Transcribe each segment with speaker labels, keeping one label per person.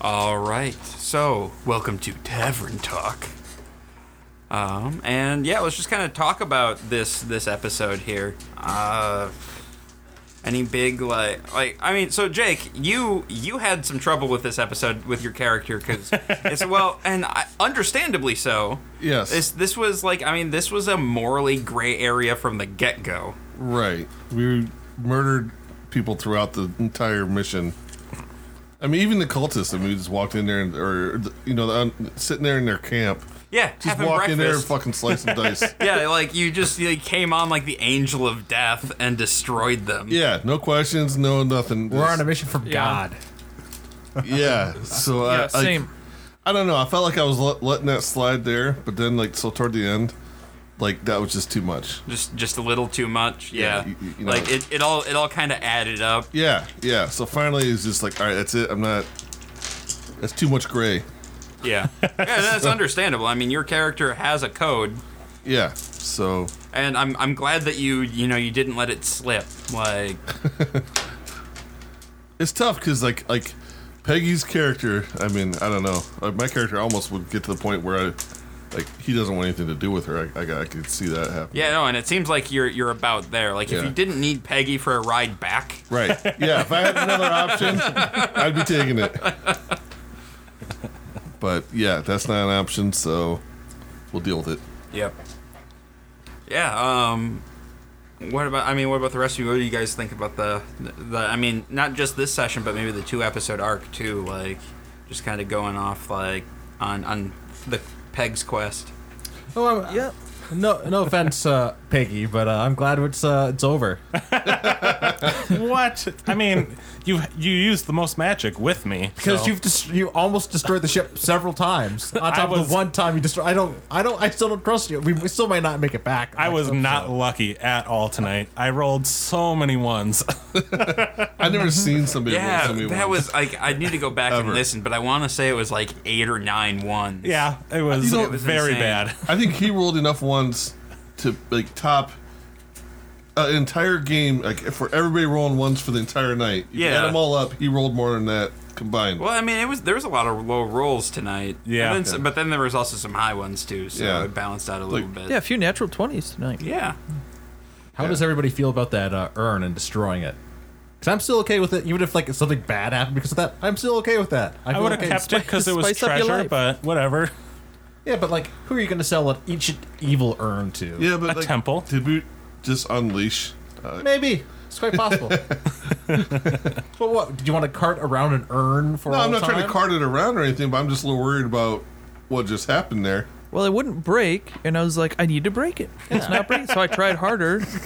Speaker 1: All right. So, welcome to Tavern Talk. Um, and yeah, let's just kind of talk about this this episode here. Uh, any big like like I mean, so Jake, you you had some trouble with this episode with your character because it's well, and I, understandably so.
Speaker 2: Yes.
Speaker 1: This this was like I mean, this was a morally gray area from the get go.
Speaker 2: Right. We murdered people throughout the entire mission. I mean, even the cultists. I mean, we just walked in there and, or you know, on- sitting there in their camp.
Speaker 1: Yeah,
Speaker 2: Just
Speaker 1: having
Speaker 2: walk in there and
Speaker 1: breakfast.
Speaker 2: fucking slice and dice.
Speaker 1: yeah, like you just you came on like the angel of death and destroyed them.
Speaker 2: Yeah, no questions, no nothing.
Speaker 3: We're on a
Speaker 2: Just-
Speaker 3: mission from
Speaker 4: Yeah.
Speaker 5: Uh,
Speaker 3: God.
Speaker 2: yeah. So I,
Speaker 4: yeah,
Speaker 2: I-
Speaker 4: same.
Speaker 2: I, don't know. I felt like I was let, letting that slide there, but then like so toward the end, like that was just too much.
Speaker 1: Just just a little too much. Yeah.
Speaker 2: Yeah, you- you- you know.
Speaker 1: Like it, it all it all kind of added up.
Speaker 2: Yeah, yeah. So finally, it's just like, all right, that's it. I'm not. That's too much gray.
Speaker 1: Yeah. yeah, that's understandable. I mean, your character has a code
Speaker 2: Yeah. So
Speaker 1: and I'm I'm glad that you you know you didn't let it slip. Like
Speaker 2: it's tough because like like Peggy's character. I mean, I don't know. Like my character almost would get to the point where I like he doesn't want anything to do with her. I I, I could see that happen.
Speaker 1: yeah, no, and it seems like you're you're about there. Like if
Speaker 2: Yeah.
Speaker 1: you didn't need Peggy for a ride back,
Speaker 2: Right. Yeah. If I had another option, I'd be taking it. But yeah, that's not an option. So we'll deal with it.
Speaker 1: Yep. Yeah. Um. What about? I mean, what about the rest of you? What do you guys think about the, the? I mean, not just this session, but maybe the two episode arc too. Like, just kind of going off like on on the Peg's quest.
Speaker 3: Oh, I'm, yeah. No, no offense, uh, Peggy, but uh, I'm glad it's uh, it's over.
Speaker 5: What? I mean, you you used the most magic with me
Speaker 3: Because
Speaker 5: so-
Speaker 3: you've dest- you almost destroyed the ship several times. On
Speaker 5: I
Speaker 3: top of
Speaker 5: was-
Speaker 3: the one time you destroyed, I don't, I don't, I still don't trust you. We, we still might not make it back.
Speaker 5: I was
Speaker 3: Next
Speaker 5: not
Speaker 3: episode.
Speaker 5: lucky at all tonight. I rolled so many ones.
Speaker 2: I've never seen somebody. roll
Speaker 1: Yeah,
Speaker 2: so many
Speaker 1: that
Speaker 2: ones.
Speaker 1: was like I need to go back and
Speaker 2: Ever.
Speaker 1: listen, but I want to say it was like eight or nine ones.
Speaker 5: yeah, it was,
Speaker 2: You know,
Speaker 1: it was
Speaker 5: very
Speaker 1: insane.
Speaker 5: bad.
Speaker 2: I think he rolled enough ones to like top an entire game. Like for everybody rolling ones for the entire night. You
Speaker 1: Yeah.
Speaker 2: add them all up. He rolled more than that combined.
Speaker 1: Well, I mean, it was there was a lot of low rolls tonight.
Speaker 5: Yeah.
Speaker 1: And then some- but then there was also some high ones too, so
Speaker 2: Yeah.
Speaker 1: it balanced out a little
Speaker 2: Like-
Speaker 1: bit.
Speaker 4: Yeah, a few natural 20s tonight.
Speaker 1: Yeah.
Speaker 3: How does everybody feel about that uh, urn and destroying it? Because I'm still okay with it, even if like something bad happened because of that. I'm still okay with that.
Speaker 5: I
Speaker 3: feel
Speaker 5: would have
Speaker 3: okay.
Speaker 5: kept it because it was
Speaker 4: Spice up your
Speaker 5: treasure,
Speaker 4: life.
Speaker 5: but whatever.
Speaker 3: Yeah, but like, who are you going to sell an ancient evil urn to?
Speaker 2: yeah, but
Speaker 5: a
Speaker 2: like,
Speaker 5: temple.
Speaker 2: Did we just unleash? Uh,
Speaker 3: Maybe. It's quite possible. but what? Do you want to cart around an urn for
Speaker 2: no,
Speaker 3: all
Speaker 2: I'm not trying to
Speaker 3: time?
Speaker 2: cart it around or anything, but I'm just a little worried about what just happened there.
Speaker 4: Well, it wouldn't break, and I was like, I need to break it. It's not breaking, so I tried harder.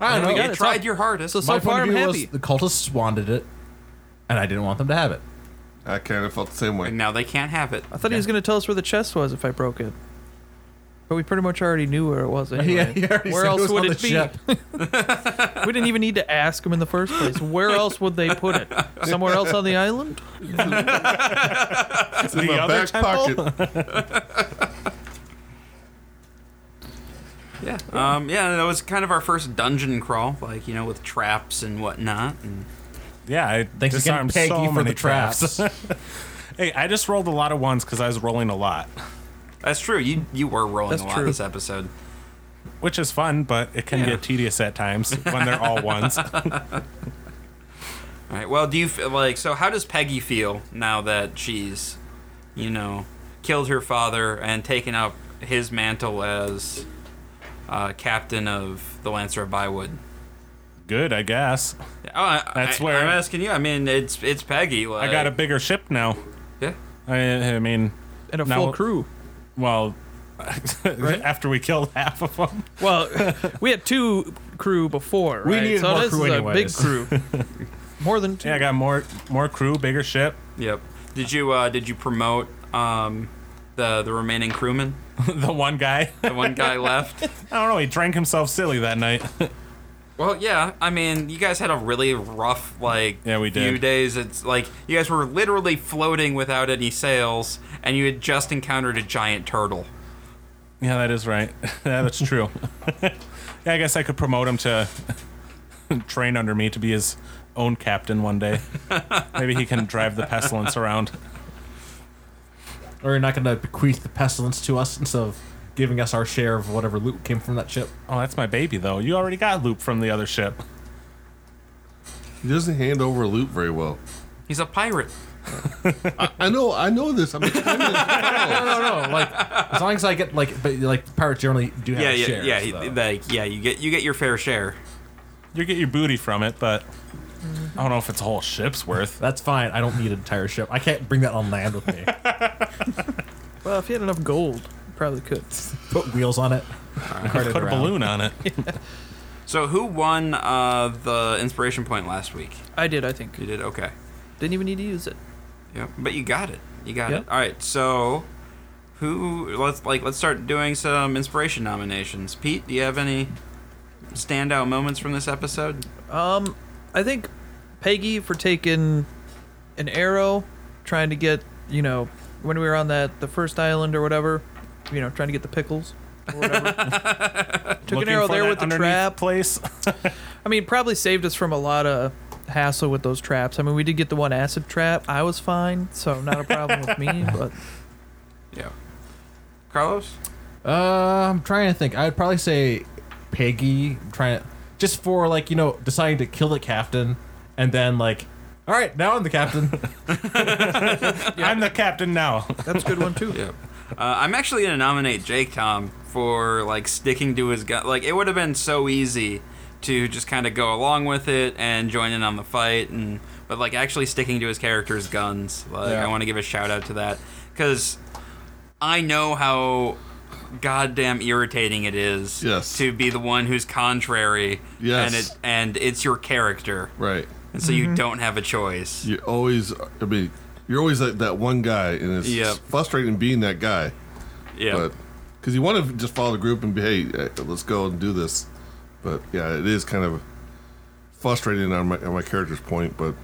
Speaker 3: I don't know.
Speaker 4: Yeah,
Speaker 1: You
Speaker 4: it's
Speaker 1: tried
Speaker 4: all-
Speaker 1: your hardest.
Speaker 4: So, so
Speaker 3: My
Speaker 4: far,
Speaker 3: point
Speaker 4: I'm
Speaker 3: of view was
Speaker 4: happy.
Speaker 3: the cultists wanted it, and I didn't want them to have it.
Speaker 2: I kind of felt the same way.
Speaker 1: and now they can't have it.
Speaker 4: I thought he was going to tell us where the chest was if I broke it. But we pretty much already knew where it was anyway.
Speaker 3: he already
Speaker 4: where
Speaker 3: said it
Speaker 4: else
Speaker 3: was
Speaker 4: would
Speaker 3: on
Speaker 4: it
Speaker 3: the
Speaker 4: be?
Speaker 3: ship.
Speaker 4: We didn't even need to ask him in the first place. Where else would they put it? Somewhere else on the island?
Speaker 2: It's in
Speaker 5: The
Speaker 2: my
Speaker 5: other
Speaker 2: back
Speaker 5: temple?
Speaker 2: pocket.
Speaker 1: Yeah. Um, yeah, that was kind of our first dungeon crawl, like, you know, with traps and whatnot. And
Speaker 5: Yeah, I
Speaker 3: Thanks again,
Speaker 5: disarmed
Speaker 3: Peggy,
Speaker 5: so
Speaker 3: for
Speaker 5: many
Speaker 3: the traps.
Speaker 5: hey, I just rolled a lot of ones because I was rolling a lot,
Speaker 1: that's true. You you were rolling
Speaker 4: That's
Speaker 1: a lot
Speaker 4: true.
Speaker 1: this episode.
Speaker 5: which is fun, but it can
Speaker 1: Yeah.
Speaker 5: get tedious at times when they're all ones.
Speaker 1: All right. Well, do you feel like so? How does Peggy feel now that she's, you know, killed her father and taken up his mantle as uh, captain of the Lancer of Bywood?
Speaker 5: Good, I guess.
Speaker 1: Oh, I,
Speaker 5: That's
Speaker 1: I-
Speaker 5: where-
Speaker 1: I'm asking you. I mean, it's it's Peggy. Like,
Speaker 5: I got a bigger ship now.
Speaker 1: yeah.
Speaker 5: I, I mean,
Speaker 4: And a
Speaker 5: Now-
Speaker 4: full crew.
Speaker 5: well, after we killed half of them.
Speaker 4: Well, we had two crew before.
Speaker 3: We
Speaker 4: right?
Speaker 3: needed
Speaker 4: so
Speaker 3: more
Speaker 4: this
Speaker 3: crew
Speaker 4: is
Speaker 3: anyways.
Speaker 4: a big crew. More than two.
Speaker 5: Yeah, I got more more crew, bigger ship.
Speaker 1: Yep. Did you uh, did you promote um, the the remaining crewman?
Speaker 5: the one guy. I
Speaker 1: The one guy left.
Speaker 5: don't know. He drank himself silly that night.
Speaker 1: Well, yeah. I mean, you guys had a really rough like
Speaker 5: Yeah, we
Speaker 1: few
Speaker 5: did.
Speaker 1: days. It's like you guys were literally floating without any sails, and you had just encountered a giant turtle.
Speaker 5: yeah, that is right. yeah, that's true. yeah, I guess I could promote him to train under me to be his own captain one day. Maybe he can drive the pestilence around.
Speaker 3: Or you're not going to bequeath the pestilence to us instead of giving us our share of whatever loot came from that ship.
Speaker 5: Oh, that's my baby though. You already got Loop from the other ship.
Speaker 2: He doesn't hand over loot very well.
Speaker 1: He's a pirate.
Speaker 2: I know, I know this. I'm explaining it.
Speaker 3: No, no, no. Like as long as I get like, but like pirates generally do have
Speaker 1: Yeah, yeah,
Speaker 3: shares.
Speaker 1: yeah.
Speaker 3: though.
Speaker 1: he- Like, yeah, you get you get your fair share.
Speaker 5: You get your booty from it, but I don't know if it's a whole ship's worth.
Speaker 3: That's fine. I don't need an entire ship. I can't bring that on land with me.
Speaker 4: Well, if you had enough gold, you probably could.
Speaker 3: Put wheels on it. Cart it
Speaker 5: Put a
Speaker 3: around.
Speaker 5: balloon on it.
Speaker 1: So who won uh, the inspiration point last week?
Speaker 4: I did, I think.
Speaker 1: You did okay.
Speaker 4: Didn't even need to use it.
Speaker 1: Yep. But you got it. You got
Speaker 4: Yeah.
Speaker 1: it. All right. So who? Let's like let's start doing some inspiration nominations. Pete, do you have any standout moments from this episode?
Speaker 4: Um, I think Peggy for taking an arrow, trying to get you know when we were on that the first island or whatever, you know, trying to get the pickles. Or whatever. Took an
Speaker 5: Looking
Speaker 4: arrow
Speaker 5: for
Speaker 4: there
Speaker 5: that
Speaker 4: with the
Speaker 5: underneath
Speaker 4: trap.
Speaker 5: place.
Speaker 4: I mean, probably saved us from a lot of hassle with those traps. I mean, we did get the one acid trap. I was fine, so not a problem with me. But
Speaker 1: Yeah. Carlos.
Speaker 3: Uh, I'm trying to think. I would probably say Peggy. I'm trying to just for like you know deciding to kill the captain and then like, all right, now I'm the captain.
Speaker 5: I'm the captain now.
Speaker 4: that's a good one too.
Speaker 1: Yeah. Uh, I'm actually gonna nominate Jake Tom for like sticking to his gun. Like it would have been so easy to just kind of go along with it and join in on the fight, and but like actually sticking to his character's guns. Like
Speaker 5: Yeah.
Speaker 1: I want to give a shout out to that because I know how goddamn irritating it is
Speaker 2: Yes.
Speaker 1: to be the one who's contrary.
Speaker 2: Yes.
Speaker 1: And it and it's your character,
Speaker 2: right.
Speaker 1: and so you don't have a choice.
Speaker 2: You always, I mean, you're always like that one guy, and it's
Speaker 1: Yep.
Speaker 2: frustrating being that guy.
Speaker 1: Yeah.
Speaker 2: But because you want to just follow the group and be, hey, eh, let's go and do this. But yeah, it is kind of frustrating on my on my character's point. But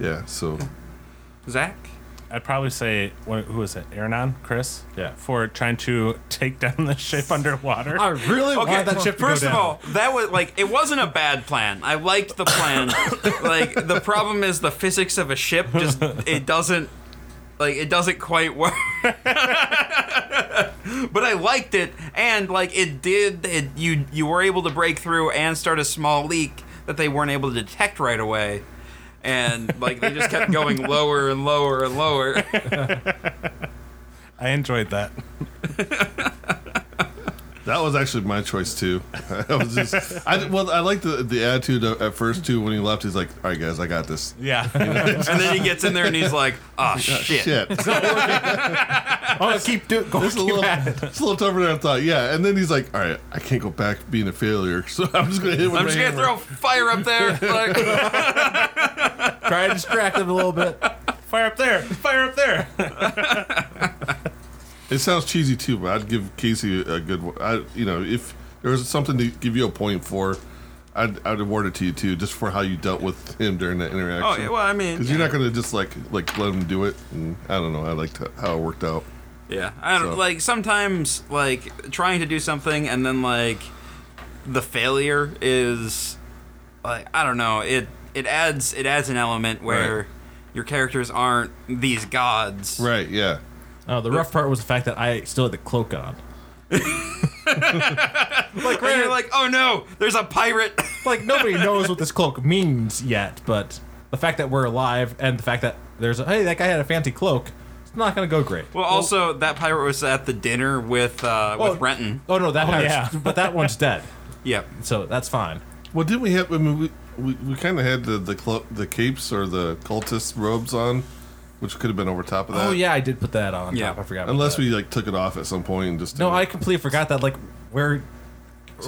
Speaker 2: yeah, so
Speaker 1: Zach.
Speaker 5: I'd probably say what, who is it? Ernan, Chris.
Speaker 3: Yeah.
Speaker 5: For trying to take down the ship underwater.
Speaker 3: I really want that ship to go
Speaker 1: first
Speaker 3: down.
Speaker 1: of all, that was like it wasn't a bad plan. I liked the plan. like the problem is the physics of a ship just it doesn't like it doesn't quite work. but I liked it and like it did it you you were able to break through and start a small leak that they weren't able to detect right away. And like they just kept going lower and lower and lower.
Speaker 5: I enjoyed that.
Speaker 2: That was actually my choice too. I was just, I well, I liked the the attitude at at first too. When he left, he's like, "All right, guys, I got this."
Speaker 5: Yeah.
Speaker 1: And then he gets in there and he's like, "Oh shit."
Speaker 2: Shit,
Speaker 3: oh, keep doing. Go,
Speaker 2: it's a
Speaker 3: keep
Speaker 2: little,
Speaker 3: at it.
Speaker 2: it's a little tougher than I thought. Yeah, and then he's like, "All right, I can't go back to being a failure, so I'm just gonna hit with
Speaker 1: I'm
Speaker 2: my
Speaker 1: just gonna
Speaker 2: hammer."
Speaker 1: throw fire up there. Like,
Speaker 3: Try to distract him a little bit.
Speaker 5: Fire up there. Fire up there.
Speaker 2: It sounds cheesy too, but I'd give Casey a good. one. I, you know, if there was something to give you a point for, I'd, I'd award it to you too, just for how you dealt with him during that interaction.
Speaker 1: oh yeah, well, I mean,
Speaker 2: because you're not gonna just like like let him do it. And I don't know. I liked how it worked out.
Speaker 1: Yeah, I don't
Speaker 2: So-
Speaker 1: like sometimes like trying to do something and then like the failure is like I don't know it it adds it adds an element where
Speaker 2: Right.
Speaker 1: your characters aren't these gods.
Speaker 2: Right? Yeah.
Speaker 3: Oh, the rough part was the fact that I still had the cloak on.
Speaker 1: Like and you're like oh no, there's a pirate.
Speaker 3: Like nobody knows what this cloak means yet, but the fact that we're alive and the fact that there's a, hey, that guy had a fancy cloak. It's not gonna go great.
Speaker 1: well, also that pirate was at the dinner with uh,
Speaker 3: Oh,
Speaker 1: with Renton.
Speaker 3: Oh no, that has,
Speaker 5: yeah.
Speaker 3: but that one's dead,
Speaker 1: Yep.
Speaker 3: so that's fine.
Speaker 2: Well, didn't we have? I mean, we we, we kind of had the the, clo the capes or the cultist robes on, which could have been over top of that.
Speaker 3: oh yeah, I did put that on.
Speaker 1: Yeah.
Speaker 3: top. I forgot. about
Speaker 2: Uh, Unless
Speaker 3: that.
Speaker 2: we like took it off at some point and just
Speaker 3: No,
Speaker 2: did it.
Speaker 3: I completely forgot that. Like we're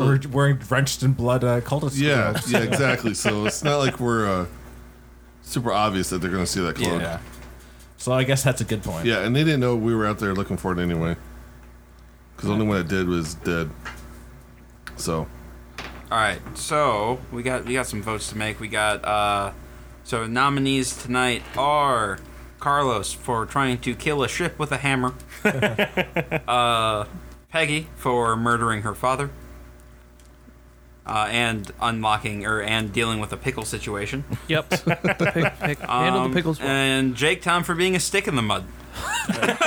Speaker 3: we're, we're drenched in blood, uh, cultists.
Speaker 2: yeah yeah exactly. So it's not like we're uh, super obvious that they're gonna see that cloak.
Speaker 3: yeah. So I guess that's a good point.
Speaker 2: Yeah, and they didn't know we were out there looking for it anyway. Because the only one that did was dead. So,
Speaker 1: All right, so we got we got some votes to make. We got uh, so nominees tonight are Carlos for trying to kill a ship with a hammer, uh, Peggy for murdering her father, uh, and unlocking or and dealing with a pickle situation.
Speaker 4: Yep. pick, pick, handle
Speaker 1: Um,
Speaker 4: the pickles. well.
Speaker 1: And Jake Tom for being a stick in the mud.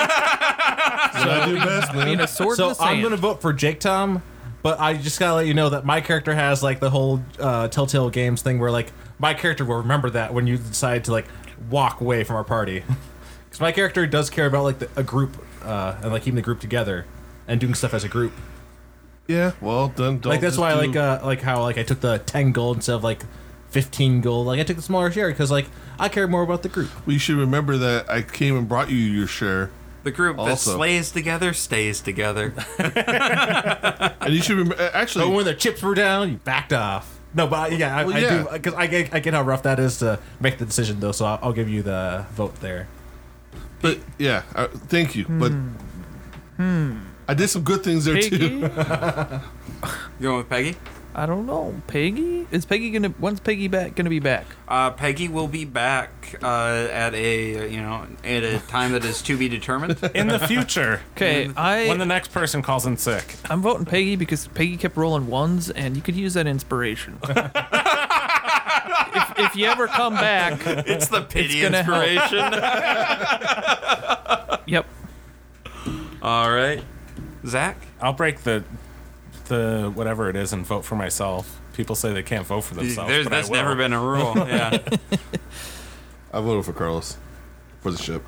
Speaker 2: That's what I do best,
Speaker 4: I mean,
Speaker 2: man.
Speaker 4: a sword in
Speaker 3: So
Speaker 4: the sand.
Speaker 3: I'm gonna vote for Jake Tom, but I just gotta let you know that my character has like the whole uh, Telltale Games thing where like my character will remember that when you decide to like walk away from our party, because my character does care about like the, a group uh, and like keeping the group together and doing stuff as a group.
Speaker 2: Yeah, well done. Don't
Speaker 3: like that's
Speaker 2: just
Speaker 3: why
Speaker 2: do-
Speaker 3: like uh, like how like I took the ten gold instead of like fifteen gold. Like I took the smaller share because like I care more about the group.
Speaker 2: we should remember that I came and brought you your share,
Speaker 1: The group that
Speaker 2: Also-
Speaker 1: slays together stays together.
Speaker 2: and you should remember. Actually,
Speaker 3: But when the chips were down, you backed off. No, but I- yeah, I,
Speaker 2: Well,
Speaker 3: I
Speaker 2: yeah.
Speaker 3: do because I, get- I get how rough that is to make the decision though. So I'll, I'll give you the vote there.
Speaker 2: But yeah, uh, thank you. But I did some good things there too.
Speaker 4: Piggy?
Speaker 1: You going with Peggy?
Speaker 4: I don't know. Peggy? Is Peggy gonna? When's Peggy back? Gonna be back?
Speaker 1: Uh, Peggy will be back uh, at a you know at a time that is to be determined.
Speaker 5: In the future,
Speaker 4: Okay,
Speaker 5: when the
Speaker 4: I
Speaker 5: next person calls in sick,
Speaker 4: I'm voting Peggy because Peggy kept rolling ones, and you could use that inspiration. if, if you ever come back,
Speaker 1: it's the pity
Speaker 4: gonna help.
Speaker 1: inspiration.
Speaker 4: yep.
Speaker 1: All right, Zach.
Speaker 5: I'll break the the whatever it is and vote for myself. People say they can't vote for themselves.
Speaker 1: There's,
Speaker 5: but I
Speaker 1: that's
Speaker 5: will.
Speaker 1: never been a rule. Yeah.
Speaker 2: I voted for Carlos for the ship.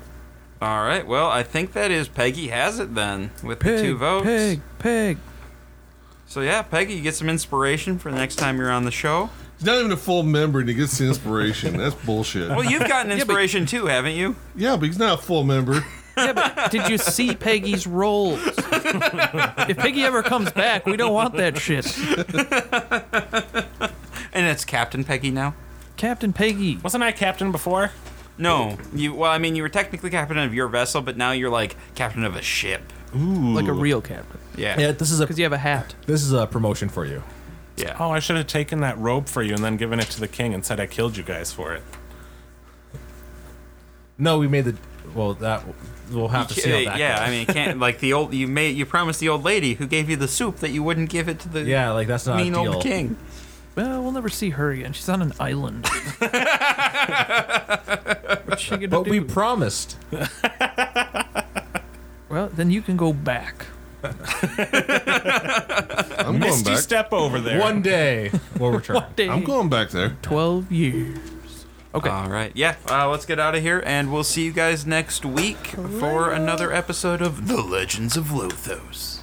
Speaker 1: All right. Well, I think that is Peggy has it then with
Speaker 4: Peg,
Speaker 1: the two votes.
Speaker 4: Peg, Peg.
Speaker 1: So yeah, Peggy, you get some inspiration for the next time you're on the show.
Speaker 2: He's not even a full member, and he gets the inspiration. that's bullshit.
Speaker 1: Well, you've gotten inspiration too, haven't you?
Speaker 2: yeah, but he's not a full member.
Speaker 4: Yeah, but did you see Peggy's rolls? if Peggy ever comes back, we don't want that shit.
Speaker 1: And it's Captain Peggy now.
Speaker 4: Captain Peggy.
Speaker 5: Wasn't I captain before?
Speaker 1: No, you. Well, I mean, you were technically captain of your vessel, but now you're like captain of a ship.
Speaker 4: Like a real captain.
Speaker 1: Yeah.
Speaker 3: Yeah, this is a
Speaker 4: Because you have a hat.
Speaker 3: this is a promotion for you.
Speaker 1: Yeah.
Speaker 5: Oh, I should have taken that robe for you and then given it to the king and said I killed you guys for it.
Speaker 3: No, we made the well that we'll have to see how that
Speaker 1: uh, yeah,
Speaker 3: goes.
Speaker 1: I mean, it can't like the old you made you promised the old lady who gave you the soup that you wouldn't give it to the
Speaker 3: yeah, like that's not
Speaker 1: mean
Speaker 3: a deal.
Speaker 1: old king.
Speaker 4: Well, we'll never see her again. She's on an island. What's she gonna
Speaker 3: But
Speaker 4: do?
Speaker 3: we promised.
Speaker 4: well, then you can go back.
Speaker 2: I'm going
Speaker 5: Misty
Speaker 2: back.
Speaker 5: step over there.
Speaker 3: One day we'll return.
Speaker 4: Day
Speaker 2: I'm going back there.
Speaker 4: 12 years. Okay.
Speaker 1: All right, yeah, uh, let's get out of here, and we'll see you guys next week for another episode of The Legends of Lothos.